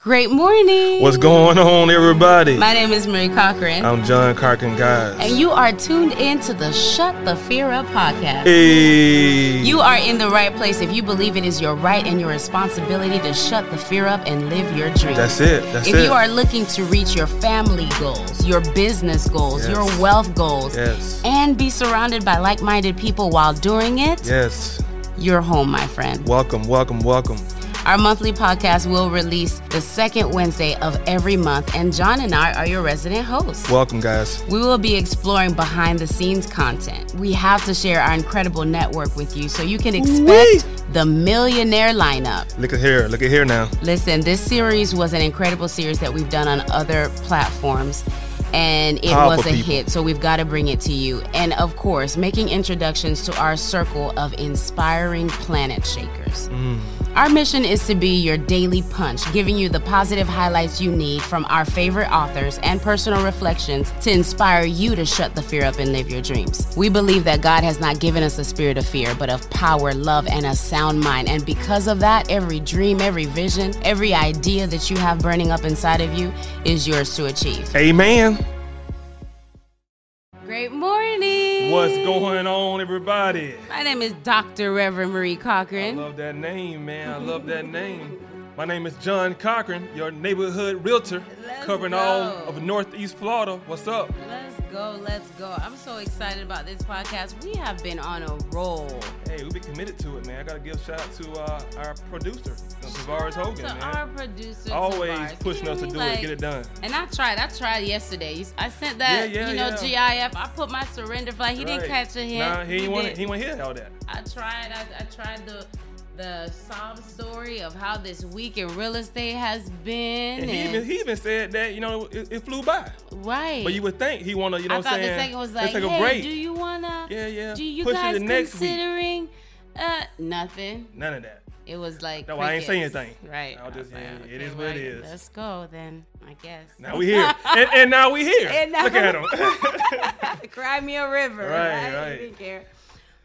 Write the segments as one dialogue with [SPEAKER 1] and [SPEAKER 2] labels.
[SPEAKER 1] Great morning.
[SPEAKER 2] What's going on, everybody?
[SPEAKER 1] My name is Marie Cochran.
[SPEAKER 2] I'm John Carkin, guys.
[SPEAKER 1] and you are tuned in to the Shut the Fear Up podcast.
[SPEAKER 2] hey,
[SPEAKER 1] You are in the right place if you believe it is your right and your responsibility to shut the fear up and live your dream.
[SPEAKER 2] that's it. That's
[SPEAKER 1] if
[SPEAKER 2] it.
[SPEAKER 1] you are looking to reach your family goals, your business goals,
[SPEAKER 2] Yes.
[SPEAKER 1] your wealth goals,
[SPEAKER 2] yes,
[SPEAKER 1] and be surrounded by like minded people while doing it,
[SPEAKER 2] yes.
[SPEAKER 1] you're home, my friend.
[SPEAKER 2] Welcome, welcome, welcome.
[SPEAKER 1] Our monthly podcast will release the second Wednesday of every month, and John and I are your resident hosts.
[SPEAKER 2] Welcome, guys.
[SPEAKER 1] We will be exploring behind the scenes content. We have to share our incredible network with you so you can expect the millionaire lineup.
[SPEAKER 2] Look at here. Look at here now.
[SPEAKER 1] Listen, this series was an incredible series that we've done on other platforms. And it
[SPEAKER 2] Powerful
[SPEAKER 1] was a
[SPEAKER 2] people.
[SPEAKER 1] hit, so we've got to bring it to you. And of course, making introductions to our circle of inspiring planet shakers. Our mission is to be your daily punch, giving you the positive highlights you need from our favorite authors and personal reflections to inspire you to shut the fear up and live your dreams. We believe that God has not given us a spirit of fear, but of power, love, and a sound mind. And because of that, every dream, every vision, every idea that you have burning up inside of you is yours to achieve.
[SPEAKER 2] Amen.
[SPEAKER 1] Great morning.
[SPEAKER 2] What's going on, everybody?
[SPEAKER 1] My name is Dr. Reverend Marie
[SPEAKER 2] I
[SPEAKER 1] Cochran.
[SPEAKER 2] love that name, man. I love that name. My name is John Cochran, your neighborhood realtor,
[SPEAKER 1] Let's
[SPEAKER 2] covering all
[SPEAKER 1] go.
[SPEAKER 2] of Northeast Florida. What's up?
[SPEAKER 1] Let's go, let's go. I'm so excited about this podcast. We have been on a roll.
[SPEAKER 2] Hey, we be committed to it, man. I gotta give shout out to uh, our producer, uh, Tavares
[SPEAKER 1] Shout out
[SPEAKER 2] Hogan,
[SPEAKER 1] to
[SPEAKER 2] man.
[SPEAKER 1] our producer,
[SPEAKER 2] Always
[SPEAKER 1] Tavares. You
[SPEAKER 2] pushing
[SPEAKER 1] know
[SPEAKER 2] us to
[SPEAKER 1] what I
[SPEAKER 2] do
[SPEAKER 1] mean?
[SPEAKER 2] it, get it done.
[SPEAKER 1] And I tried. I tried yesterday. I sent that,
[SPEAKER 2] Yeah, yeah,
[SPEAKER 1] you know, GIF. I put my surrender flag. He didn't
[SPEAKER 2] Right.
[SPEAKER 1] catch a hint.
[SPEAKER 2] Nah, he ain't want
[SPEAKER 1] did-
[SPEAKER 2] he want to hear all that.
[SPEAKER 1] I tried. I, I tried the the sob story of how this week in real estate has been.
[SPEAKER 2] And he
[SPEAKER 1] and-
[SPEAKER 2] even he even said that you know it, it flew by.
[SPEAKER 1] right.
[SPEAKER 2] But you would think he want to you know
[SPEAKER 1] I
[SPEAKER 2] what
[SPEAKER 1] thought
[SPEAKER 2] I'm saying
[SPEAKER 1] the second was
[SPEAKER 2] let's
[SPEAKER 1] like,
[SPEAKER 2] take
[SPEAKER 1] hey,
[SPEAKER 2] a break.
[SPEAKER 1] do you wanna?
[SPEAKER 2] Yeah, yeah.
[SPEAKER 1] Do you
[SPEAKER 2] Push it
[SPEAKER 1] guys
[SPEAKER 2] to next week.
[SPEAKER 1] considering? Uh, nothing.
[SPEAKER 2] None of that.
[SPEAKER 1] It was like
[SPEAKER 2] No, I ain't saying
[SPEAKER 1] crickets.
[SPEAKER 2] anything.
[SPEAKER 1] Right.
[SPEAKER 2] I'll
[SPEAKER 1] I was
[SPEAKER 2] just- yeah, it is
[SPEAKER 1] okay,
[SPEAKER 2] what it
[SPEAKER 1] well,
[SPEAKER 2] is.
[SPEAKER 1] Let's go then. I guess.
[SPEAKER 2] Now we here, and, and now we here.
[SPEAKER 1] And now-
[SPEAKER 2] Look at him.
[SPEAKER 1] Cry me a river.
[SPEAKER 2] Right,
[SPEAKER 1] Right,
[SPEAKER 2] right.
[SPEAKER 1] didn't care.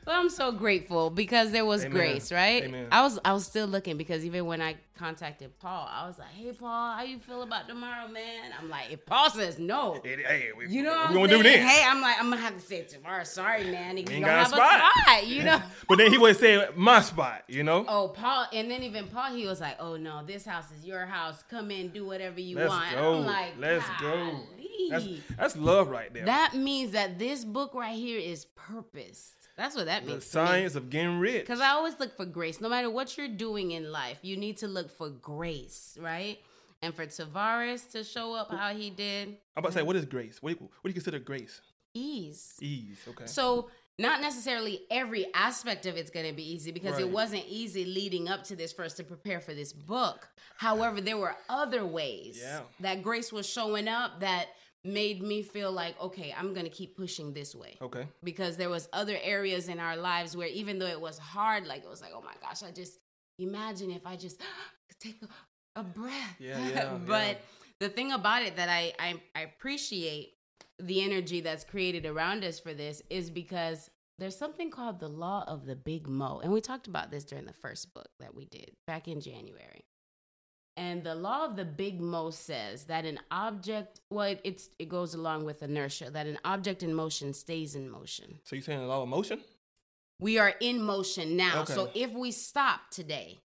[SPEAKER 1] But I'm so grateful because there was
[SPEAKER 2] Amen.
[SPEAKER 1] grace, right?
[SPEAKER 2] Amen.
[SPEAKER 1] I was I was still looking because even when I contacted Paul, I was like, "Hey, Paul, how you feel about tomorrow, man?" I'm like, if Paul says no,
[SPEAKER 2] It- hey, we,
[SPEAKER 1] you know
[SPEAKER 2] we
[SPEAKER 1] what I'm
[SPEAKER 2] gonna
[SPEAKER 1] saying?
[SPEAKER 2] do then.
[SPEAKER 1] Hey, I'm like, I'm gonna have to say tomorrow. Sorry, man, you
[SPEAKER 2] We ain't
[SPEAKER 1] don't
[SPEAKER 2] got a
[SPEAKER 1] have
[SPEAKER 2] spot.
[SPEAKER 1] a spot. You know.
[SPEAKER 2] But then he would say my spot. You know.
[SPEAKER 1] Oh, Paul, and then even Paul, he was like, "Oh no, this house is your house. Come in, do whatever you
[SPEAKER 2] Let's
[SPEAKER 1] want." And
[SPEAKER 2] go.
[SPEAKER 1] I'm like,
[SPEAKER 2] Let's go.
[SPEAKER 1] "Golly."
[SPEAKER 2] That's, that's love right there.
[SPEAKER 1] That means that this book right here is purposed. That's what that
[SPEAKER 2] the
[SPEAKER 1] means.
[SPEAKER 2] science of getting rich.
[SPEAKER 1] Because I always look for grace. No matter what you're doing in life, you need to look for grace, right? And for Tavares to show up how he did,
[SPEAKER 2] I'm about to say, what is grace? What, what do you consider grace?
[SPEAKER 1] ease.
[SPEAKER 2] Ease. Okay.
[SPEAKER 1] So not necessarily every aspect of it's going to be easy because it
[SPEAKER 2] Right.
[SPEAKER 1] wasn't easy leading up to this for us to prepare for this book. However, there were other ways
[SPEAKER 2] Yeah.
[SPEAKER 1] that grace was showing up that made me feel like, okay, I'm going to keep pushing this way.
[SPEAKER 2] okay.
[SPEAKER 1] Because there was other areas in our lives where even though it was hard, like it was like, oh my gosh, I just imagine if I just could take a, a breath.
[SPEAKER 2] Yeah, yeah,
[SPEAKER 1] but
[SPEAKER 2] yeah.
[SPEAKER 1] the thing about it that I, I I appreciate the energy that's created around us for this is because there's something called the law of the big mo. And we talked about this during the first book that we did back in January. And the law of the big mo says that an object, well, it, it's, it goes along with inertia, that an object in motion stays in motion.
[SPEAKER 2] So you saying a lot of motion?
[SPEAKER 1] We are in motion now.
[SPEAKER 2] Okay.
[SPEAKER 1] So if we stop today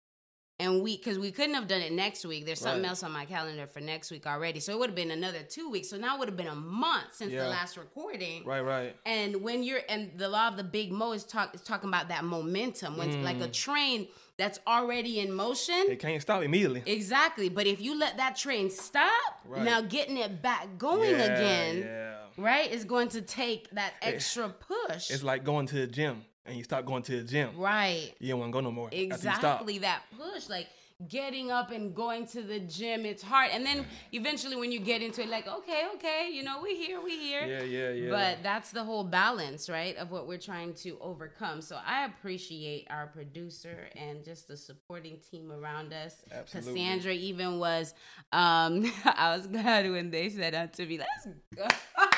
[SPEAKER 1] and we, because we couldn't have done it next week, there's something
[SPEAKER 2] Right.
[SPEAKER 1] else on my calendar for next week already. So it would have been another two weeks. So now it would have been a month since
[SPEAKER 2] Yeah.
[SPEAKER 1] the last recording.
[SPEAKER 2] Right. Right.
[SPEAKER 1] And when you're and the law of the big mo is talk is talking about that momentum when like
[SPEAKER 2] Mm.
[SPEAKER 1] a train that's already in motion.
[SPEAKER 2] It can't stop immediately.
[SPEAKER 1] exactly. But if you let that train stop,
[SPEAKER 2] Right.
[SPEAKER 1] now getting it back going again,
[SPEAKER 2] Yeah. Eh,
[SPEAKER 1] right, is going to take that extra push.
[SPEAKER 2] It's like going to the gym and you stop going to the gym.
[SPEAKER 1] right.
[SPEAKER 2] You don't want to go no more. after you stop.
[SPEAKER 1] exactly that push like getting up and going to the gym it's hard and then eventually when you get into it like okay okay you know we're here we're here
[SPEAKER 2] Yeah, yeah, yeah.
[SPEAKER 1] but that's the whole balance right of what we're trying to overcome so i appreciate our producer and just the supporting team around us
[SPEAKER 2] Absolutely.
[SPEAKER 1] cassandra even was um i was glad when they said that to me let's go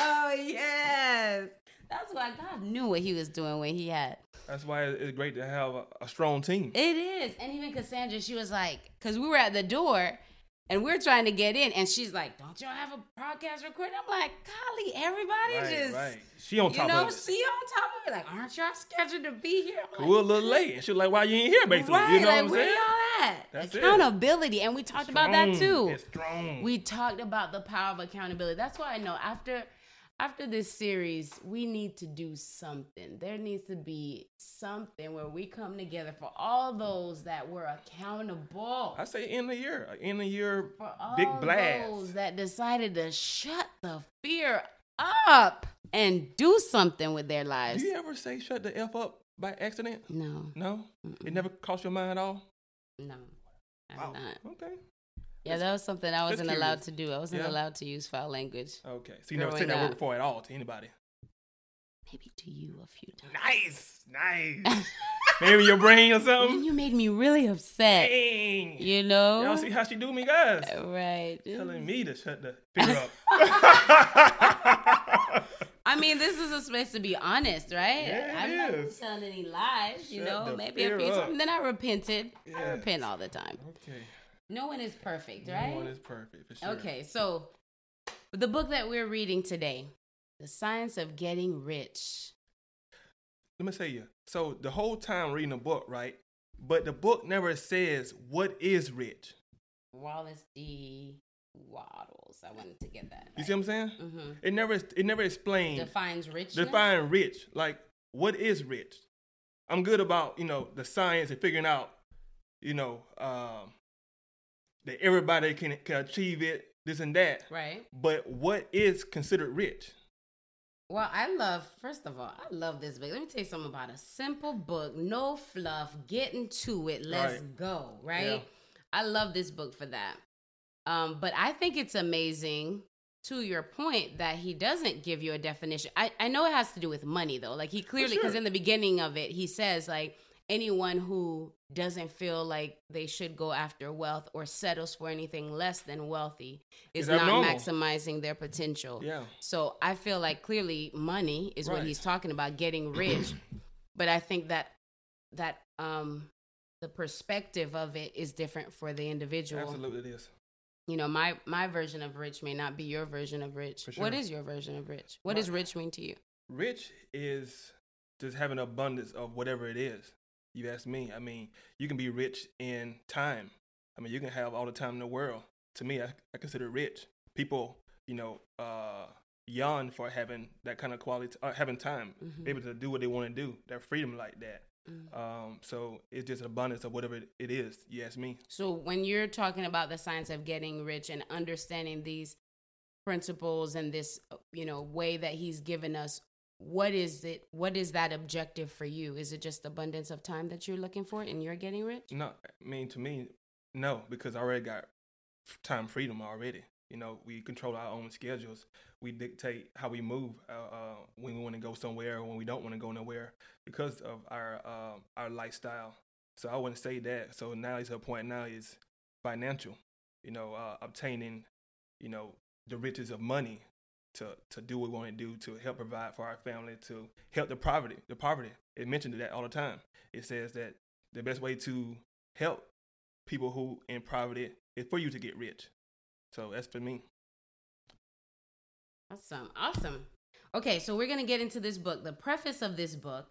[SPEAKER 1] oh yes that's why god knew what he was doing when he had
[SPEAKER 2] That's why it- it's great to have a, a strong team.
[SPEAKER 1] it is. And even Cassandra, she was like, because we were at the door And we're trying to get in, and she's like, "Don't y'all have a podcast recording?" I'm like, "Golly, everybody
[SPEAKER 2] Right,
[SPEAKER 1] just,
[SPEAKER 2] right. She on
[SPEAKER 1] you
[SPEAKER 2] top
[SPEAKER 1] know,
[SPEAKER 2] of it.
[SPEAKER 1] she on top of it. Like, aren't y'all scheduled to be here?" I'm like,
[SPEAKER 2] We're a little late. And she was like, why you ain't here, basically.
[SPEAKER 1] right?
[SPEAKER 2] you know
[SPEAKER 1] like,
[SPEAKER 2] what I'm
[SPEAKER 1] where
[SPEAKER 2] saying?
[SPEAKER 1] y'all at?
[SPEAKER 2] That's it.
[SPEAKER 1] accountability, and we talked about that
[SPEAKER 2] Strong.
[SPEAKER 1] too.
[SPEAKER 2] It's strong.
[SPEAKER 1] we talked about the power of accountability that's why i know after after this series we need to do something there needs to be something where we come together for all those that were accountable
[SPEAKER 2] I say end of year. uh, End of year
[SPEAKER 1] for all
[SPEAKER 2] big blast.
[SPEAKER 1] those that decided to shut the fear up and do something with their lives
[SPEAKER 2] Do you ever say shut the F up by accident?
[SPEAKER 1] no
[SPEAKER 2] No? It never crossed your mind at all?
[SPEAKER 1] no i'm
[SPEAKER 2] Wow.
[SPEAKER 1] not
[SPEAKER 2] Okay.
[SPEAKER 1] yeah that was something i wasn't
[SPEAKER 2] curious.
[SPEAKER 1] allowed to do i wasn't
[SPEAKER 2] Yeah.
[SPEAKER 1] allowed to use foul language
[SPEAKER 2] Okay. So you never
[SPEAKER 1] Growing
[SPEAKER 2] said that word
[SPEAKER 1] up.
[SPEAKER 2] before at all to anybody.
[SPEAKER 1] maybe to you a few times
[SPEAKER 2] Nice. Nice. Maybe your brain or
[SPEAKER 1] Man,
[SPEAKER 2] something.
[SPEAKER 1] you made me really upset
[SPEAKER 2] Dang.
[SPEAKER 1] You know?
[SPEAKER 2] Y'all see how she do me, guys?
[SPEAKER 1] right.
[SPEAKER 2] Telling me to shut the fear up.
[SPEAKER 1] I mean, this is a space to be honest, right?
[SPEAKER 2] Yeah, it
[SPEAKER 1] I'm not
[SPEAKER 2] is.
[SPEAKER 1] telling any lies, you
[SPEAKER 2] Shut the
[SPEAKER 1] know. Maybe a
[SPEAKER 2] fear
[SPEAKER 1] few
[SPEAKER 2] up.
[SPEAKER 1] times. Then I repented. I
[SPEAKER 2] Yeah.
[SPEAKER 1] repent all the time.
[SPEAKER 2] okay.
[SPEAKER 1] No one is perfect,
[SPEAKER 2] No one
[SPEAKER 1] right?
[SPEAKER 2] is perfect for sure.
[SPEAKER 1] Okay, so the book that we're reading today, The Science of Getting Rich.
[SPEAKER 2] Let me tell you. So the whole time reading a book, right? But the book never says what is rich.
[SPEAKER 1] Wallace D. Waddles. I wanted to get that.
[SPEAKER 2] You see what I'm saying?
[SPEAKER 1] hmm
[SPEAKER 2] It never it never explains
[SPEAKER 1] Defines richness.
[SPEAKER 2] define rich. Like what is rich? I'm good about, you know, the science and figuring out, you know, um, that everybody can, can achieve it, this and that.
[SPEAKER 1] Right.
[SPEAKER 2] But what is considered rich?
[SPEAKER 1] Well, I love, first of all, I love this book. Let me tell you something about a simple book, no fluff, getting to it, let's
[SPEAKER 2] Right.
[SPEAKER 1] go, right?
[SPEAKER 2] Yeah.
[SPEAKER 1] I love this book for that. Um, but I think it's amazing to your point that he doesn't give you a definition. I, I know it has to do with money though. Like he clearly, because
[SPEAKER 2] sure.
[SPEAKER 1] in the beginning of it, he says, like, anyone who doesn't feel like they should go after wealth or settles for anything less than wealthy is
[SPEAKER 2] Is
[SPEAKER 1] not
[SPEAKER 2] abnormal.
[SPEAKER 1] maximizing their potential.
[SPEAKER 2] Yeah.
[SPEAKER 1] So I feel like clearly money is what
[SPEAKER 2] Right.
[SPEAKER 1] he's talking about, getting rich. but I think that that um the perspective of it is different for the individual.
[SPEAKER 2] Absolutely it is.
[SPEAKER 1] You know, my my version of rich may not be your version of rich.
[SPEAKER 2] For
[SPEAKER 1] What
[SPEAKER 2] sure.
[SPEAKER 1] is your version of rich? What does rich mean to you?
[SPEAKER 2] Rich is just having abundance of whatever it is. You ask me. I mean, you can be rich in time. I mean, you can have all the time in the world. To me, I, I consider it rich. People, you know, uh, yawn for having that kind of quality, uh, having time,
[SPEAKER 1] Mm-hmm.
[SPEAKER 2] able to do what they want to do, that freedom like that. Um, so it's just an abundance of whatever it- it is. You ask me.
[SPEAKER 1] So when you're talking about the science of getting rich and understanding these principles and this you know way that he's given us what is it what is that objective for you is it just abundance of time that you're looking for and you're getting rich
[SPEAKER 2] No, I mean to me, no, because I already got f- time freedom already. You know, we control our own schedules. We dictate how we move uh, uh, when we want to go somewhere, when we don't want to go nowhere, because of our uh, our lifestyle. So I wouldn't say that. So now is her point. Now is financial. You know, uh, obtaining, you know, the riches of money to to do what we want to do to help provide for our family to help the poverty. The poverty. It mentioned that all the time. It says that the best way to help people who in poverty is for you to get rich. So that's for me.
[SPEAKER 1] awesome awesome okay so we're gonna get into this book the preface of this book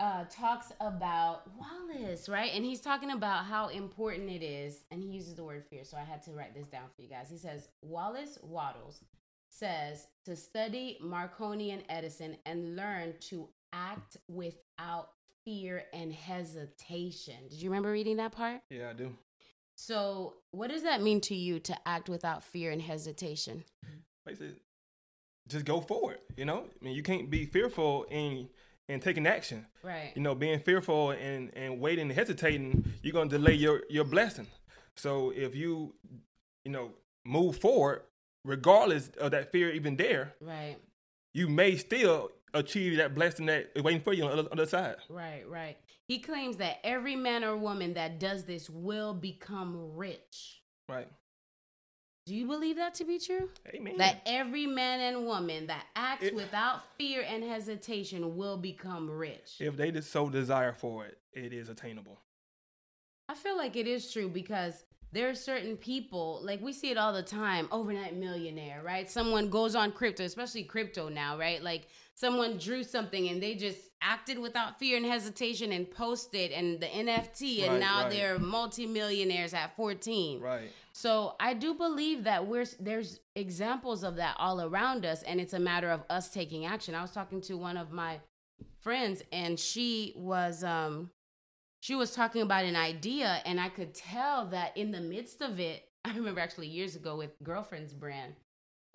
[SPEAKER 1] uh, talks about Wallace, right? And he's talking about how important it is, and he uses the word fear. So I had to write this down for you guys. He says Wallace Waddles says to study Marconi and Edison and learn to act without fear and hesitation. Did you remember reading that part?
[SPEAKER 2] Yeah, I do.
[SPEAKER 1] So, what does that mean to you to act without fear and hesitation?
[SPEAKER 2] Basically, just go forward. You know, I mean, you can't be fearful in in taking action.
[SPEAKER 1] Right.
[SPEAKER 2] You know, being fearful and and waiting and hesitating, you're gonna delay your your blessing. So if you you know move forward, regardless of that fear even there,
[SPEAKER 1] Right.
[SPEAKER 2] you may still achieve that blessing that is waiting for you on the other, other side.
[SPEAKER 1] Right, right. He claims that every man or woman that does this will become rich.
[SPEAKER 2] Right.
[SPEAKER 1] Do you believe that to be true?
[SPEAKER 2] Amen.
[SPEAKER 1] That every man and woman that acts
[SPEAKER 2] It-
[SPEAKER 1] without fear and hesitation will become rich.
[SPEAKER 2] if they just so desire for it, it is attainable.
[SPEAKER 1] I feel like it is true because there are certain people like we see it all the time overnight millionaire right someone goes on crypto especially crypto now right like someone drew something and they just acted without fear and hesitation and posted and the nft and
[SPEAKER 2] Right,
[SPEAKER 1] now
[SPEAKER 2] right.
[SPEAKER 1] they're multimillionaires at 14
[SPEAKER 2] Right.
[SPEAKER 1] so i do believe that we're there's examples of that all around us and it's a matter of us taking action i was talking to one of my friends and she was um she was talking about an idea and i could tell that in the midst of it i remember actually years ago with girlfriend's brand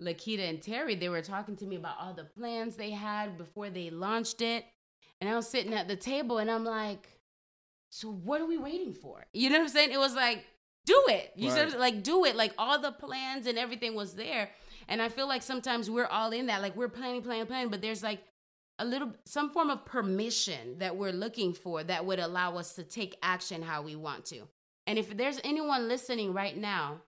[SPEAKER 1] lakita and terry they were talking to me about all the plans they had before they launched it and i was sitting at the table and i'm like so what are we waiting for you know what i'm saying it was like do it you
[SPEAKER 2] Right.
[SPEAKER 1] said like do it like all the plans and everything was there and i feel like sometimes we're all in that like we're planning planning planning but there's like a little some form of permission that we're looking for that would allow us to take action how we want to. And if there's anyone listening right now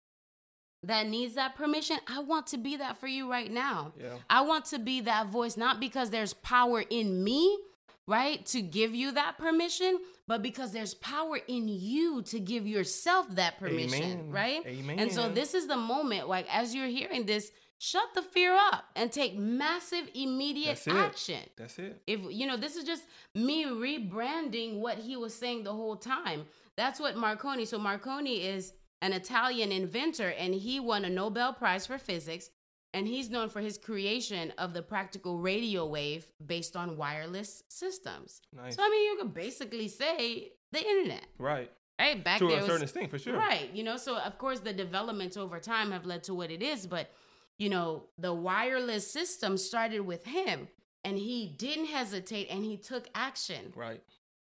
[SPEAKER 1] that needs that permission, I want to be that for you right now.
[SPEAKER 2] Yeah.
[SPEAKER 1] I want to be that voice not because there's power in me, right, to give you that permission, but because there's power in you to give yourself that permission,
[SPEAKER 2] Amen.
[SPEAKER 1] right?
[SPEAKER 2] Amen.
[SPEAKER 1] And so this is the moment like as you're hearing this, shut the fear up and take massive immediate
[SPEAKER 2] That's it.
[SPEAKER 1] action
[SPEAKER 2] That's it.
[SPEAKER 1] if you know this is just me rebranding what he was saying the whole time that's what marconi so marconi is an italian inventor and he won a nobel prize for physics and he's known for his creation of the practical radio wave based on wireless systems
[SPEAKER 2] Nice.
[SPEAKER 1] so i mean you could basically say the internet
[SPEAKER 2] Right.
[SPEAKER 1] right back
[SPEAKER 2] To
[SPEAKER 1] there
[SPEAKER 2] a
[SPEAKER 1] was-
[SPEAKER 2] certain extent, for sure.
[SPEAKER 1] Right. You know, so of course the developments over time have led to what it is, but you know, the wireless system started with him and he didn't hesitate and he took action.
[SPEAKER 2] Right.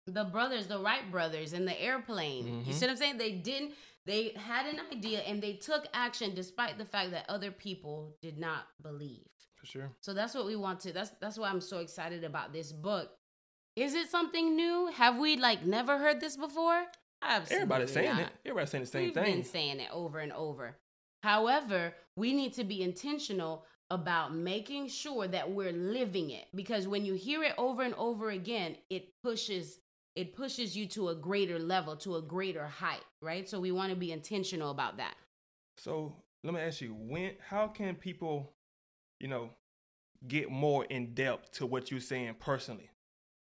[SPEAKER 1] The brothers, the Wright brothers and the airplane. You
[SPEAKER 2] Mm-hmm.
[SPEAKER 1] see what I'm saying? They didn't they had an idea and they took action despite the fact that other people did not believe.
[SPEAKER 2] For sure.
[SPEAKER 1] So that's what we want to that's that's why I'm so excited about this book. Is it something new? Have we like never heard this before? Absolutely
[SPEAKER 2] Everybody's saying
[SPEAKER 1] not.
[SPEAKER 2] it. Everybody's saying the same
[SPEAKER 1] We've
[SPEAKER 2] thing.
[SPEAKER 1] been saying it over and over. However, we need to be intentional about making sure that we're living it because when you hear it over and over again, it pushes it pushes you to a greater level, to a greater height, right? So we want to be intentional about that.
[SPEAKER 2] So let me ask you, when how can people, you know, get more in depth to what you're saying personally?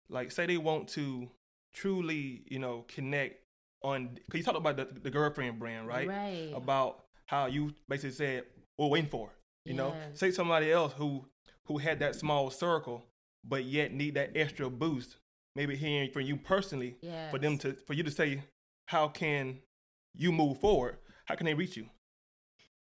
[SPEAKER 2] Like say they want to truly, you know, connect on cause you talked about the, the girlfriend brand, right?
[SPEAKER 1] Right.
[SPEAKER 2] About how you basically said, What we're waiting for. You know?
[SPEAKER 1] Yeah.
[SPEAKER 2] Say somebody else who who had that small circle but yet need that extra boost, maybe hearing from you personally
[SPEAKER 1] Yeah.
[SPEAKER 2] for them to for you to say how can you move forward? How can they reach you?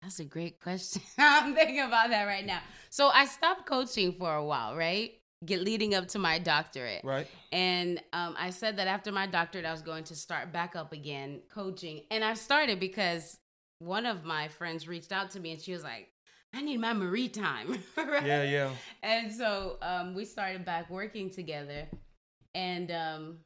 [SPEAKER 1] That's a great question. I'm thinking about that right now. So I stopped coaching for a while, right? Get leading up to my doctorate.
[SPEAKER 2] Right.
[SPEAKER 1] And um, I said that after my doctorate, I was going to start back up again coaching. And I started because one of my friends reached out to me and she was like, I need my Marie time. right?
[SPEAKER 2] Yeah, yeah.
[SPEAKER 1] And so um, we started back working together. And um,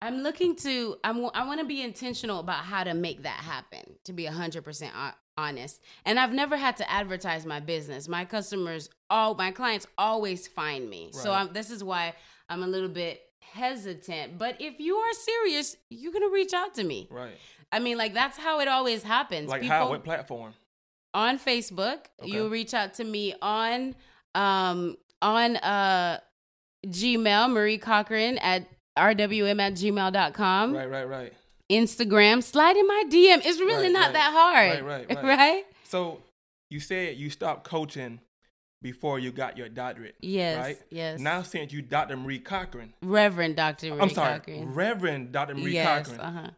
[SPEAKER 1] I'm looking to, I'm, I want to be intentional about how to make that happen, to be 100% hon- honest. And I've never had to advertise my business. My customers, all my clients always find me. So
[SPEAKER 2] Right.
[SPEAKER 1] I'm, this is why I'm a little bit hesitant. But if you are serious, you're going to reach out to me.
[SPEAKER 2] Right.
[SPEAKER 1] I mean, like, that's how it always happens.
[SPEAKER 2] Like
[SPEAKER 1] People-
[SPEAKER 2] how what platform?
[SPEAKER 1] on Facebook.
[SPEAKER 2] Okay.
[SPEAKER 1] You reach out to me on um on uh Gmail, Marie Cochran at rwm at gmail.com.
[SPEAKER 2] Right, right, right.
[SPEAKER 1] Instagram, slide in my DM. It's really
[SPEAKER 2] Right,
[SPEAKER 1] not
[SPEAKER 2] right.
[SPEAKER 1] that hard.
[SPEAKER 2] Right, right, right.
[SPEAKER 1] right?
[SPEAKER 2] So you said you stopped coaching before you got your doctorate.
[SPEAKER 1] Yes.
[SPEAKER 2] Right?
[SPEAKER 1] Yes.
[SPEAKER 2] Now since you Dr. Marie Cochran.
[SPEAKER 1] Reverend Dr. Marie
[SPEAKER 2] I'm sorry,
[SPEAKER 1] Cochran.
[SPEAKER 2] Reverend Dr. Marie
[SPEAKER 1] yes,
[SPEAKER 2] Cochran.
[SPEAKER 1] uh-huh.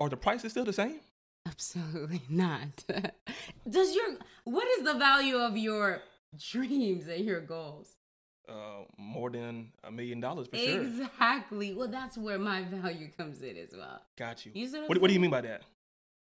[SPEAKER 2] Are the prices still the same?
[SPEAKER 1] Absolutely not. Does your what is the value of your dreams and your goals?
[SPEAKER 2] Uh, more than a million dollars for sure.
[SPEAKER 1] Exactly. Well, that's where my value comes in as well.
[SPEAKER 2] Got you.
[SPEAKER 1] You see what I'm
[SPEAKER 2] what, what do you
[SPEAKER 1] saying?
[SPEAKER 2] mean by that?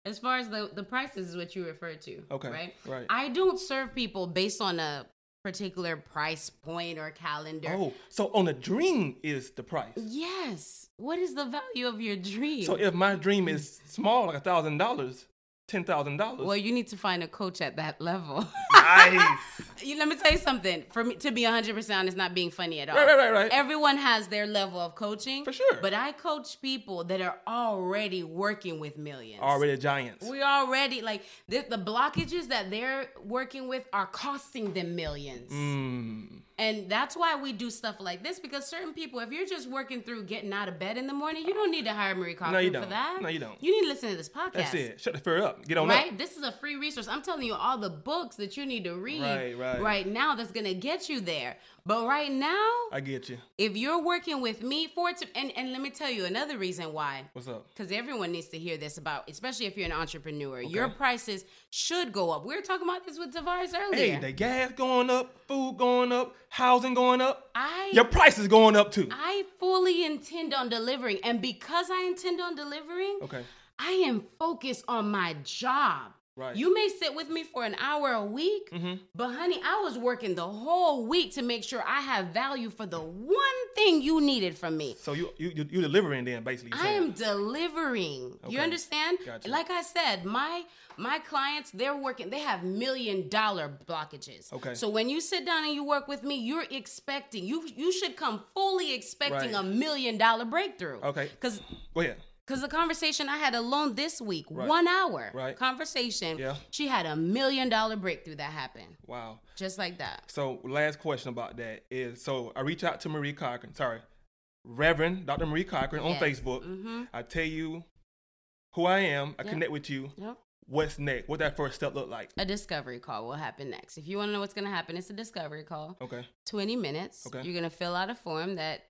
[SPEAKER 1] As far as the the prices is what you refer to.
[SPEAKER 2] Okay,
[SPEAKER 1] Right.
[SPEAKER 2] right.
[SPEAKER 1] I don't serve people based on a particular price point or calendar.
[SPEAKER 2] Oh, so on a dream is the price.
[SPEAKER 1] Yes. What is the value of your dream?
[SPEAKER 2] So if my dream is small, like a thousand dollars, ten thousand dollars.
[SPEAKER 1] Well, you need to find a coach at that level.
[SPEAKER 2] Nice.
[SPEAKER 1] You- Let me tell you something. For me to be 100% honest, not being funny at all.
[SPEAKER 2] Right, right, right, right.
[SPEAKER 1] Everyone has their level of coaching.
[SPEAKER 2] For sure.
[SPEAKER 1] But I coach people that are already working with millions.
[SPEAKER 2] Already giants.
[SPEAKER 1] We already like the, the blockages that they're working with are costing them millions.
[SPEAKER 2] Mm,
[SPEAKER 1] And that's why we do stuff like this because certain people, if you're just working through getting out of bed in the morning, you don't need to hire Marie Coffin
[SPEAKER 2] you
[SPEAKER 1] for
[SPEAKER 2] don't.
[SPEAKER 1] that.
[SPEAKER 2] No, you don't.
[SPEAKER 1] You need to listen to this podcast.
[SPEAKER 2] that's it. Shut the fear up. Get on
[SPEAKER 1] Right?
[SPEAKER 2] up.
[SPEAKER 1] This is a free resource. I'm telling you all the books that you need to read
[SPEAKER 2] Right, right.
[SPEAKER 1] now that's going to get you there. But right now,
[SPEAKER 2] I get you.
[SPEAKER 1] if you're working with me for it to, and, and let me tell you another reason why
[SPEAKER 2] What's up?
[SPEAKER 1] because everyone needs to hear this about, especially if you're an entrepreneur. Your prices should go up. We were talking about this with Tavares earlier.
[SPEAKER 2] Hey, the gas going up, food going up, housing going up.
[SPEAKER 1] I
[SPEAKER 2] Your price is going up too.
[SPEAKER 1] I fully intend on delivering, and because I intend on delivering,
[SPEAKER 2] Okay.
[SPEAKER 1] I am focused on my job.
[SPEAKER 2] Right. Mm-hmm.
[SPEAKER 1] You may sit with me for an hour a week, but honey, I was working the whole week to make sure I have value for the one thing you needed from me.
[SPEAKER 2] So you you you you delivering then basically. you're
[SPEAKER 1] I
[SPEAKER 2] saying.
[SPEAKER 1] am delivering. You
[SPEAKER 2] Okay.
[SPEAKER 1] understand?
[SPEAKER 2] Gotcha.
[SPEAKER 1] Like I said, my my clients, they're working, they have million dollar blockages.
[SPEAKER 2] Okay.
[SPEAKER 1] So when you sit down and you work with me, you're expecting you you should come fully expecting
[SPEAKER 2] Right.
[SPEAKER 1] a million dollar breakthrough.
[SPEAKER 2] Okay.
[SPEAKER 1] Cause
[SPEAKER 2] Go ahead.
[SPEAKER 1] Cause the conversation I had alone this week, one hour
[SPEAKER 2] Right.
[SPEAKER 1] conversation,
[SPEAKER 2] Yeah.
[SPEAKER 1] she had a million dollar breakthrough that happened,
[SPEAKER 2] Wow.
[SPEAKER 1] just like that.
[SPEAKER 2] So last question about that is so I reach out to Marie Cochran, sorry, Reverend Dr. Marie Cochran on
[SPEAKER 1] Yes. Mm-hmm.
[SPEAKER 2] Facebook. I tell you who I am. I connect with you.
[SPEAKER 1] Yep.
[SPEAKER 2] What's next? What that first step look like?
[SPEAKER 1] A discovery call will happen next. If you want to know what's going to happen, it's a discovery call.
[SPEAKER 2] Okay.
[SPEAKER 1] 20 minutes.
[SPEAKER 2] Okay.
[SPEAKER 1] You're going to fill out a form that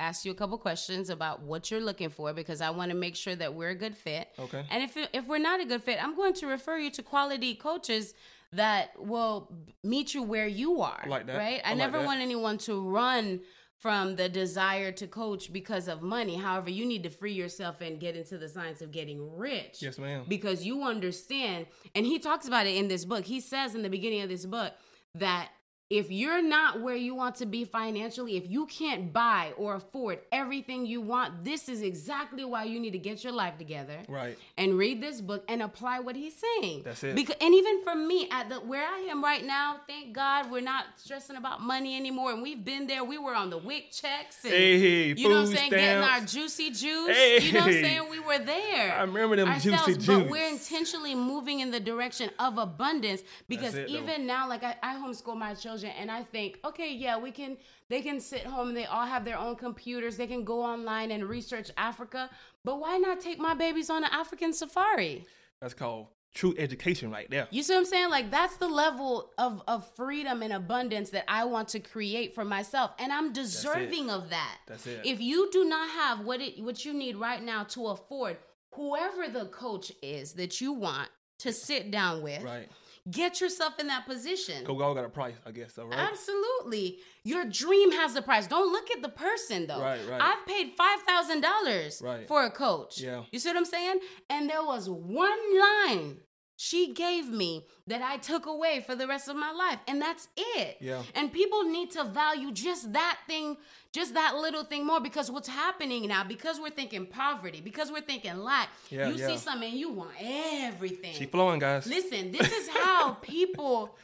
[SPEAKER 1] asks you a couple questions about what you're looking for because I want to make sure that we're a good fit.
[SPEAKER 2] Okay.
[SPEAKER 1] And if, if we're not a good fit, I'm going to refer you to quality coaches that will meet you where you are.
[SPEAKER 2] like that.
[SPEAKER 1] Right?
[SPEAKER 2] I
[SPEAKER 1] I,
[SPEAKER 2] like
[SPEAKER 1] never
[SPEAKER 2] that.
[SPEAKER 1] want anyone to run from the desire to coach because of money. However, you need to free yourself and get into the science of getting rich
[SPEAKER 2] Yes, ma'am.
[SPEAKER 1] because you understand and he talks about it in this book he says in the beginning of this book that if you're not where you want to be financially if you can't buy or afford everything you want this is exactly why you need to get your life together
[SPEAKER 2] Right.
[SPEAKER 1] and read this book and apply what he's saying
[SPEAKER 2] That's it.
[SPEAKER 1] because and even for me at the where i am right now thank god we're not stressing about money anymore and we've been there we were on the wick checks and
[SPEAKER 2] Hey,
[SPEAKER 1] you know what i'm
[SPEAKER 2] food
[SPEAKER 1] saying getting our
[SPEAKER 2] stamps.
[SPEAKER 1] juicy juice you know what i'm
[SPEAKER 2] Hey.
[SPEAKER 1] saying we were there
[SPEAKER 2] I remember them juicy
[SPEAKER 1] but
[SPEAKER 2] juice.
[SPEAKER 1] we're intentionally moving in the direction of abundance because
[SPEAKER 2] it, though.
[SPEAKER 1] even now like I, I homeschool my children and i think okay yeah we can they can sit home and they all have their own computers they can go online and research africa but why not take my babies on an african safari
[SPEAKER 2] That's called true education right there.
[SPEAKER 1] you see what i'm saying like that's the level of of freedom and abundance that i want to create for myself and i'm deserving of that
[SPEAKER 2] That's it.
[SPEAKER 1] if you do not have what it what you need right now to afford whoever the coach is that you want to sit down with
[SPEAKER 2] Right.
[SPEAKER 1] get yourself in that position
[SPEAKER 2] Go all got a price, I guess, so right?
[SPEAKER 1] Absolutely. Your dream has a price. Don't look at the person though.
[SPEAKER 2] Right, right.
[SPEAKER 1] I've paid five thousand dollars
[SPEAKER 2] Right.
[SPEAKER 1] for a coach.
[SPEAKER 2] Yeah.
[SPEAKER 1] You see what I'm saying? And there was one line she gave me that I took away for the rest of my life. And that's it.
[SPEAKER 2] Yeah.
[SPEAKER 1] And people need to value just that thing, just that little thing more because what's happening now, because we're thinking poverty, because we're thinking lack,
[SPEAKER 2] Yeah,
[SPEAKER 1] you
[SPEAKER 2] yeah.
[SPEAKER 1] see something and you want everything.
[SPEAKER 2] She flowing, guys.
[SPEAKER 1] Listen, this is how people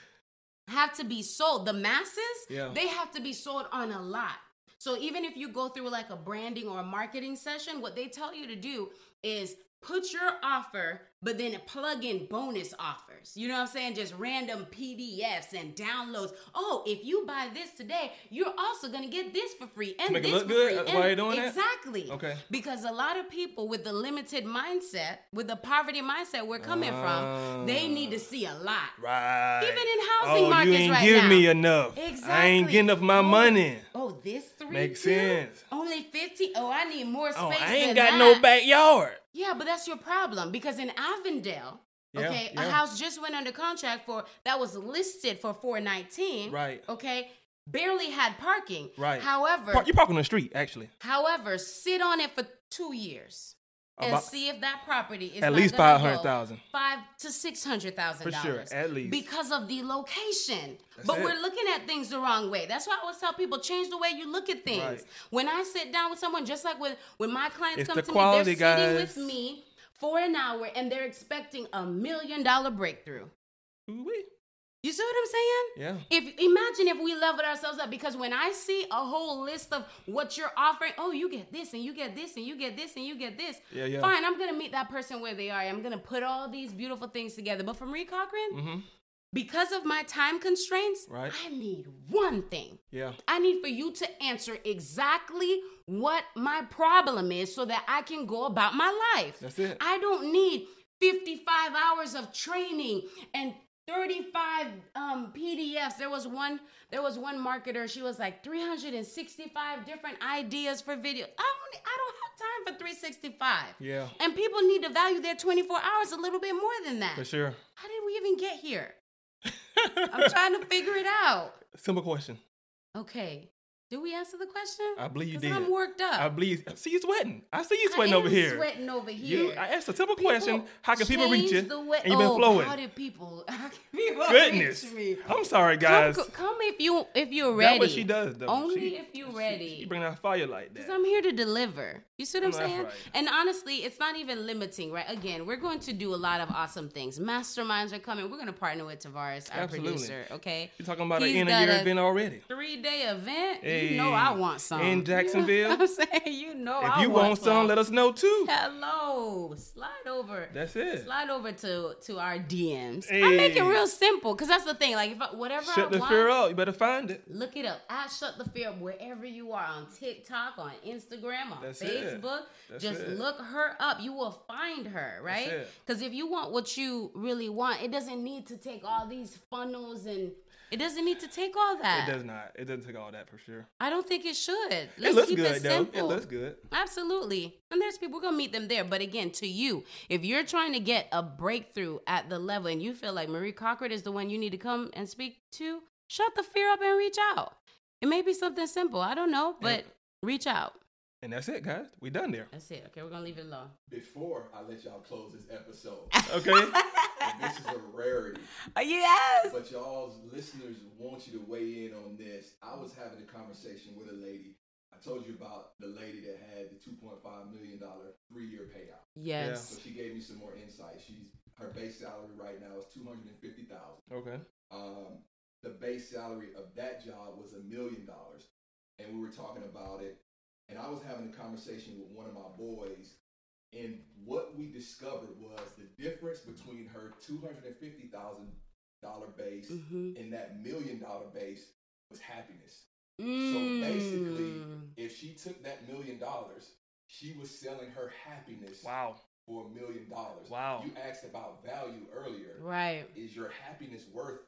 [SPEAKER 1] have to be sold. The masses,
[SPEAKER 2] Yeah.
[SPEAKER 1] they have to be sold on a lot. So even if you go through like a branding or a marketing session, what they tell you to do is put your offer, but then plug in bonus offers. You know what I'm saying? Just random PDFs and downloads. Oh, if you buy this today, you're also gonna get this for free and
[SPEAKER 2] make it
[SPEAKER 1] this
[SPEAKER 2] look
[SPEAKER 1] for
[SPEAKER 2] good?
[SPEAKER 1] free.
[SPEAKER 2] That's
[SPEAKER 1] and-
[SPEAKER 2] why they doing that?
[SPEAKER 1] exactly.
[SPEAKER 2] Okay.
[SPEAKER 1] Because a lot of people with the limited mindset, with the poverty mindset we're coming from, they need to see a lot.
[SPEAKER 2] Oh. Right.
[SPEAKER 1] Even in housing
[SPEAKER 2] oh,
[SPEAKER 1] markets
[SPEAKER 2] you ain't
[SPEAKER 1] right
[SPEAKER 2] giving
[SPEAKER 1] now.
[SPEAKER 2] me enough.
[SPEAKER 1] Exactly.
[SPEAKER 2] I ain't getting enough my
[SPEAKER 1] Oh,
[SPEAKER 2] money.
[SPEAKER 1] Oh, this three
[SPEAKER 2] Makes
[SPEAKER 1] too?
[SPEAKER 2] sense.
[SPEAKER 1] Only fifty. Oh, I need more space.
[SPEAKER 2] Oh, I ain't
[SPEAKER 1] than
[SPEAKER 2] got
[SPEAKER 1] that.
[SPEAKER 2] no backyard.
[SPEAKER 1] Yeah, but that's your problem because in Avondale,
[SPEAKER 2] Yeah,
[SPEAKER 1] okay,
[SPEAKER 2] yeah.
[SPEAKER 1] a house just went under contract for that was listed for four nineteen.
[SPEAKER 2] Right.
[SPEAKER 1] Okay. Barely had parking.
[SPEAKER 2] Right.
[SPEAKER 1] However,
[SPEAKER 2] Park, you park on the street, actually.
[SPEAKER 1] however, sit on it for two years. And
[SPEAKER 2] About-
[SPEAKER 1] see if that property is not
[SPEAKER 2] At least
[SPEAKER 1] gonna go
[SPEAKER 2] 500,000.
[SPEAKER 1] five to six hundred thousand
[SPEAKER 2] For sure,
[SPEAKER 1] dollars,
[SPEAKER 2] at least.
[SPEAKER 1] because of the location. but
[SPEAKER 2] it.
[SPEAKER 1] we're looking at things the wrong way. That's why I always tell people change the way you look at things.
[SPEAKER 2] Right.
[SPEAKER 1] When I sit down with someone, just like when when my clients
[SPEAKER 2] It's
[SPEAKER 1] come
[SPEAKER 2] the
[SPEAKER 1] to
[SPEAKER 2] quality,
[SPEAKER 1] me, they're sitting
[SPEAKER 2] guys.
[SPEAKER 1] with me for an hour and they're expecting a million dollar breakthrough.
[SPEAKER 2] Ooh-wee.
[SPEAKER 1] You see what I'm saying?
[SPEAKER 2] Yeah.
[SPEAKER 1] If imagine if we leveled ourselves up because when I see a whole list of what you're offering, oh, you get this and you get this and you get this and you get this.
[SPEAKER 2] Yeah, yeah.
[SPEAKER 1] Fine, I'm gonna meet that person where they are. I'm gonna put all these beautiful things together. But for Marie Cochran,
[SPEAKER 2] Mm-hmm.
[SPEAKER 1] because of my time constraints,
[SPEAKER 2] Right.
[SPEAKER 1] I need one thing.
[SPEAKER 2] Yeah.
[SPEAKER 1] I need for you to answer exactly what my problem is so that I can go about my life.
[SPEAKER 2] That's it.
[SPEAKER 1] I don't need 55 hours of training and 35 um, PDFs. There was one there was one marketer, she was like 365 different ideas for video. I don't I don't have time for 365.
[SPEAKER 2] Yeah.
[SPEAKER 1] And people need to value their 24 hours a little bit more than that.
[SPEAKER 2] For sure.
[SPEAKER 1] How did we even get here? I'm trying to figure it out.
[SPEAKER 2] Simple question.
[SPEAKER 1] Okay. Did we answer the question?
[SPEAKER 2] I believe you
[SPEAKER 1] 'Cause
[SPEAKER 2] did.
[SPEAKER 1] I'm worked up.
[SPEAKER 2] I believe. I see you sweating. I see you
[SPEAKER 1] I
[SPEAKER 2] sweating
[SPEAKER 1] am
[SPEAKER 2] over here.
[SPEAKER 1] Sweating over here.
[SPEAKER 2] You, I asked a simple
[SPEAKER 1] People
[SPEAKER 2] question. How can people reach you?
[SPEAKER 1] change the way-
[SPEAKER 2] and you've been
[SPEAKER 1] oh,
[SPEAKER 2] flowing.
[SPEAKER 1] How did people? How can people
[SPEAKER 2] Goodness.
[SPEAKER 1] reach me?
[SPEAKER 2] I'm sorry,
[SPEAKER 1] Come,
[SPEAKER 2] guys.
[SPEAKER 1] come if you if you're ready.
[SPEAKER 2] That's what she does, though.
[SPEAKER 1] Only
[SPEAKER 2] She-
[SPEAKER 1] if you're
[SPEAKER 2] she-
[SPEAKER 1] ready.
[SPEAKER 2] She, bring out fire like that.
[SPEAKER 1] Because I'm here to deliver. You see what I'm
[SPEAKER 2] That's
[SPEAKER 1] saying?
[SPEAKER 2] right.
[SPEAKER 1] And honestly, it's not even limiting, right? Again, we're going to do a lot of awesome things. Masterminds are coming. We're going to partner with Tavares, our
[SPEAKER 2] Absolutely.
[SPEAKER 1] producer. Okay.
[SPEAKER 2] You're talking about an
[SPEAKER 1] He's
[SPEAKER 2] end of
[SPEAKER 1] got
[SPEAKER 2] year
[SPEAKER 1] a-
[SPEAKER 2] event already.
[SPEAKER 1] Three day event.
[SPEAKER 2] Hey,
[SPEAKER 1] you know I want some.
[SPEAKER 2] in Jacksonville?
[SPEAKER 1] You know what I'm saying you know
[SPEAKER 2] If
[SPEAKER 1] I
[SPEAKER 2] you
[SPEAKER 1] want,
[SPEAKER 2] want some, let us know too.
[SPEAKER 1] Hello, slide over.
[SPEAKER 2] That's it.
[SPEAKER 1] Slide over to to our DMs. I
[SPEAKER 2] Hey.
[SPEAKER 1] make it real simple because that's the thing. Like if I, whatever
[SPEAKER 2] Shut
[SPEAKER 1] I
[SPEAKER 2] the
[SPEAKER 1] want,
[SPEAKER 2] fear up. You better find it.
[SPEAKER 1] look it up. I shut the fear up wherever you are on TikTok, on Instagram, on
[SPEAKER 2] That's it.
[SPEAKER 1] Facebook.
[SPEAKER 2] That's
[SPEAKER 1] Just
[SPEAKER 2] it.
[SPEAKER 1] look her up. You will find her, right?
[SPEAKER 2] it.
[SPEAKER 1] Because if you want what you really want, it doesn't need to take all these funnels and it doesn't need to take all
[SPEAKER 2] It
[SPEAKER 1] that.
[SPEAKER 2] does not. It doesn't take all that for sure.
[SPEAKER 1] I don't think it should. Let's
[SPEAKER 2] it looks
[SPEAKER 1] keep
[SPEAKER 2] good
[SPEAKER 1] it
[SPEAKER 2] though.
[SPEAKER 1] simple.
[SPEAKER 2] It looks good.
[SPEAKER 1] Absolutely. And there's people, we're going to meet them there. But again, to you, if you're trying to get a breakthrough at the level and you feel like Marie Cochran is the one you need to come and speak to, shut the fear up and reach out. It may be something simple. I don't know, but reach out.
[SPEAKER 2] And that's it, guys. We done there.
[SPEAKER 1] That's it. Okay, we're going to leave it alone.
[SPEAKER 3] Before I let y'all close this episode,
[SPEAKER 2] Okay.
[SPEAKER 3] and this is a rarity,
[SPEAKER 1] Oh, yes.
[SPEAKER 3] but y'all's listeners want you to weigh in on this. I was having a conversation with a lady. I told you about the lady that had the $2.5 million three-year payout. So
[SPEAKER 1] Yes.
[SPEAKER 3] she gave me some more insight. She's her base salary right now is 250000
[SPEAKER 2] okay.
[SPEAKER 3] um, the base salary of that job was a million dollars, and we were talking about it. And I was having a conversation with one of my boys, and what we discovered was the difference between her two hundred and fifty thousand dollar base
[SPEAKER 1] Mm-hmm.
[SPEAKER 3] and that million dollar base was happiness.
[SPEAKER 1] Mm.
[SPEAKER 3] So basically, if she took that million dollars, she was selling her happiness
[SPEAKER 2] Wow.
[SPEAKER 3] for a million dollars.
[SPEAKER 2] Wow.
[SPEAKER 3] You asked about value earlier.
[SPEAKER 1] right.
[SPEAKER 3] Is your happiness worth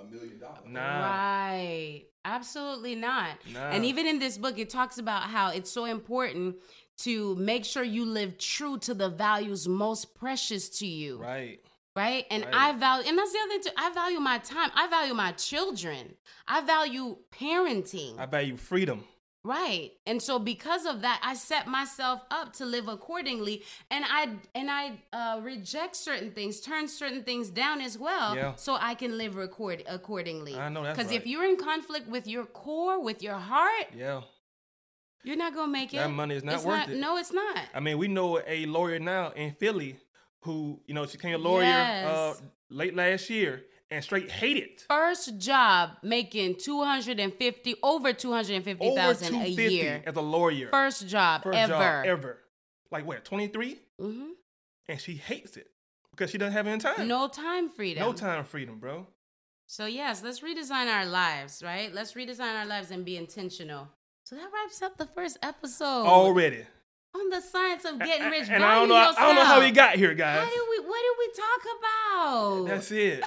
[SPEAKER 3] a million dollars?
[SPEAKER 2] Nah.
[SPEAKER 1] Right. Absolutely not.
[SPEAKER 2] Nah.
[SPEAKER 1] And even in this book, it talks about how it's so important to make sure you live true to the values most precious to you. Right.
[SPEAKER 2] Right.
[SPEAKER 1] And
[SPEAKER 2] Right.
[SPEAKER 1] I value, and that's the other thing too. I value my time. I value my children. I value parenting.
[SPEAKER 2] I value freedom.
[SPEAKER 1] Right. And so because of that, I set myself up to live accordingly and I and I uh reject certain things, turn certain things down as well
[SPEAKER 2] Yeah.
[SPEAKER 1] so I can live record accordingly.
[SPEAKER 2] I know that's
[SPEAKER 1] Cuz if
[SPEAKER 2] right.
[SPEAKER 1] you're in conflict with your core, with your heart,
[SPEAKER 2] Yeah.
[SPEAKER 1] you're not going to make it.
[SPEAKER 2] That money is not
[SPEAKER 1] It's
[SPEAKER 2] worth it.
[SPEAKER 1] No, it's not.
[SPEAKER 2] I mean, we know a lawyer now in Philly who, you know, she became a lawyer uh,
[SPEAKER 1] Yes.
[SPEAKER 2] late last year and straight hated
[SPEAKER 1] First job making 250 over
[SPEAKER 2] over
[SPEAKER 1] 250,000 a
[SPEAKER 2] 250
[SPEAKER 1] year.
[SPEAKER 2] as a lawyer.
[SPEAKER 1] First job
[SPEAKER 2] First
[SPEAKER 1] ever.
[SPEAKER 2] job ever. Like what, 23?
[SPEAKER 1] Mhm.
[SPEAKER 2] And she hates it because she doesn't have any time.
[SPEAKER 1] No time freedom.
[SPEAKER 2] No time freedom, bro.
[SPEAKER 1] So, yes, let's redesign our lives, right? Let's redesign our lives and be intentional. So that wraps up the first episode
[SPEAKER 2] Already.
[SPEAKER 1] on the science of getting
[SPEAKER 2] And-
[SPEAKER 1] rich.
[SPEAKER 2] And I
[SPEAKER 1] Value
[SPEAKER 2] don't know. I don't know how
[SPEAKER 1] yourself.
[SPEAKER 2] we got here,
[SPEAKER 1] How
[SPEAKER 2] guys.
[SPEAKER 1] did we? What did we talk about?
[SPEAKER 2] That's it.
[SPEAKER 1] it.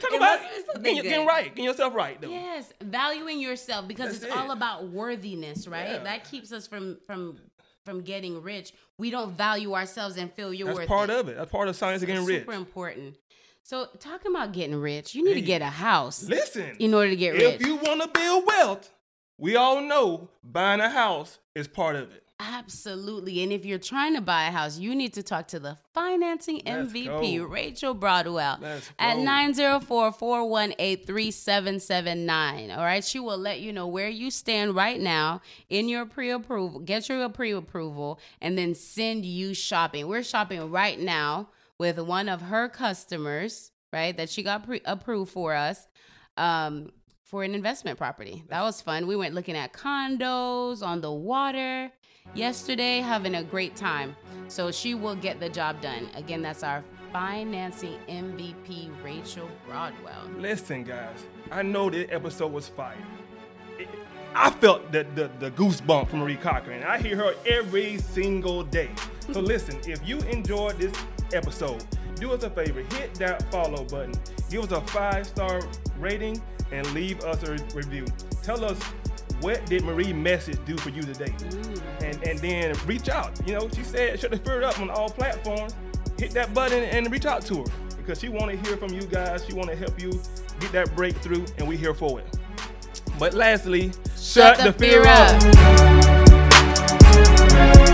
[SPEAKER 2] Talk
[SPEAKER 1] must
[SPEAKER 2] about
[SPEAKER 1] be something
[SPEAKER 2] getting,
[SPEAKER 1] good.
[SPEAKER 2] getting right, getting yourself right, though.
[SPEAKER 1] Yes, valuing yourself because
[SPEAKER 2] That's
[SPEAKER 1] it's all
[SPEAKER 2] it.
[SPEAKER 1] about worthiness, right?
[SPEAKER 2] Yeah.
[SPEAKER 1] That keeps us from from from getting rich. We don't value ourselves and feel you're
[SPEAKER 2] That's
[SPEAKER 1] worth
[SPEAKER 2] part
[SPEAKER 1] it.
[SPEAKER 2] of it. That's part of science of
[SPEAKER 1] It's
[SPEAKER 2] getting rich.
[SPEAKER 1] Super important. So talking about getting rich, you need to
[SPEAKER 2] Hey,
[SPEAKER 1] get a house
[SPEAKER 2] Listen.
[SPEAKER 1] in order to get rich.
[SPEAKER 2] If you want to build wealth, we all know buying a house is part of it.
[SPEAKER 1] Absolutely. And if you're trying to buy a house, you need to talk to the financing
[SPEAKER 2] Let's
[SPEAKER 1] MVP,
[SPEAKER 2] go.
[SPEAKER 1] Rachel Broadwell,
[SPEAKER 2] Let's
[SPEAKER 1] at
[SPEAKER 2] go.
[SPEAKER 1] 904 418 3779. All right. She will let you know where you stand right now in your pre approval, get your pre approval, and then send you shopping. We're shopping right now with one of her customers, right, that she got pre approved for us. Um, for an investment property. That was fun. We went looking at condos on the water yesterday, having a great time. So she will get the job done. Again, that's our financing MVP, Rachel Broadwell.
[SPEAKER 2] Listen, guys, I know this episode was fire. It- I felt the, the, the goosebump from Marie Cochran. I hear her every single day. So listen, if you enjoyed this episode, do us a favor, hit that follow button, give us a five-star rating, and leave us a re- review. Tell us what did Marie message do for you today? And and then reach out. You know, she said shut the spirit up on all platforms. Hit that button and reach out to her because she want to hear from you guys. She want to help you get that breakthrough, and we here for it. But lastly, shut, the, fear up.
[SPEAKER 1] up.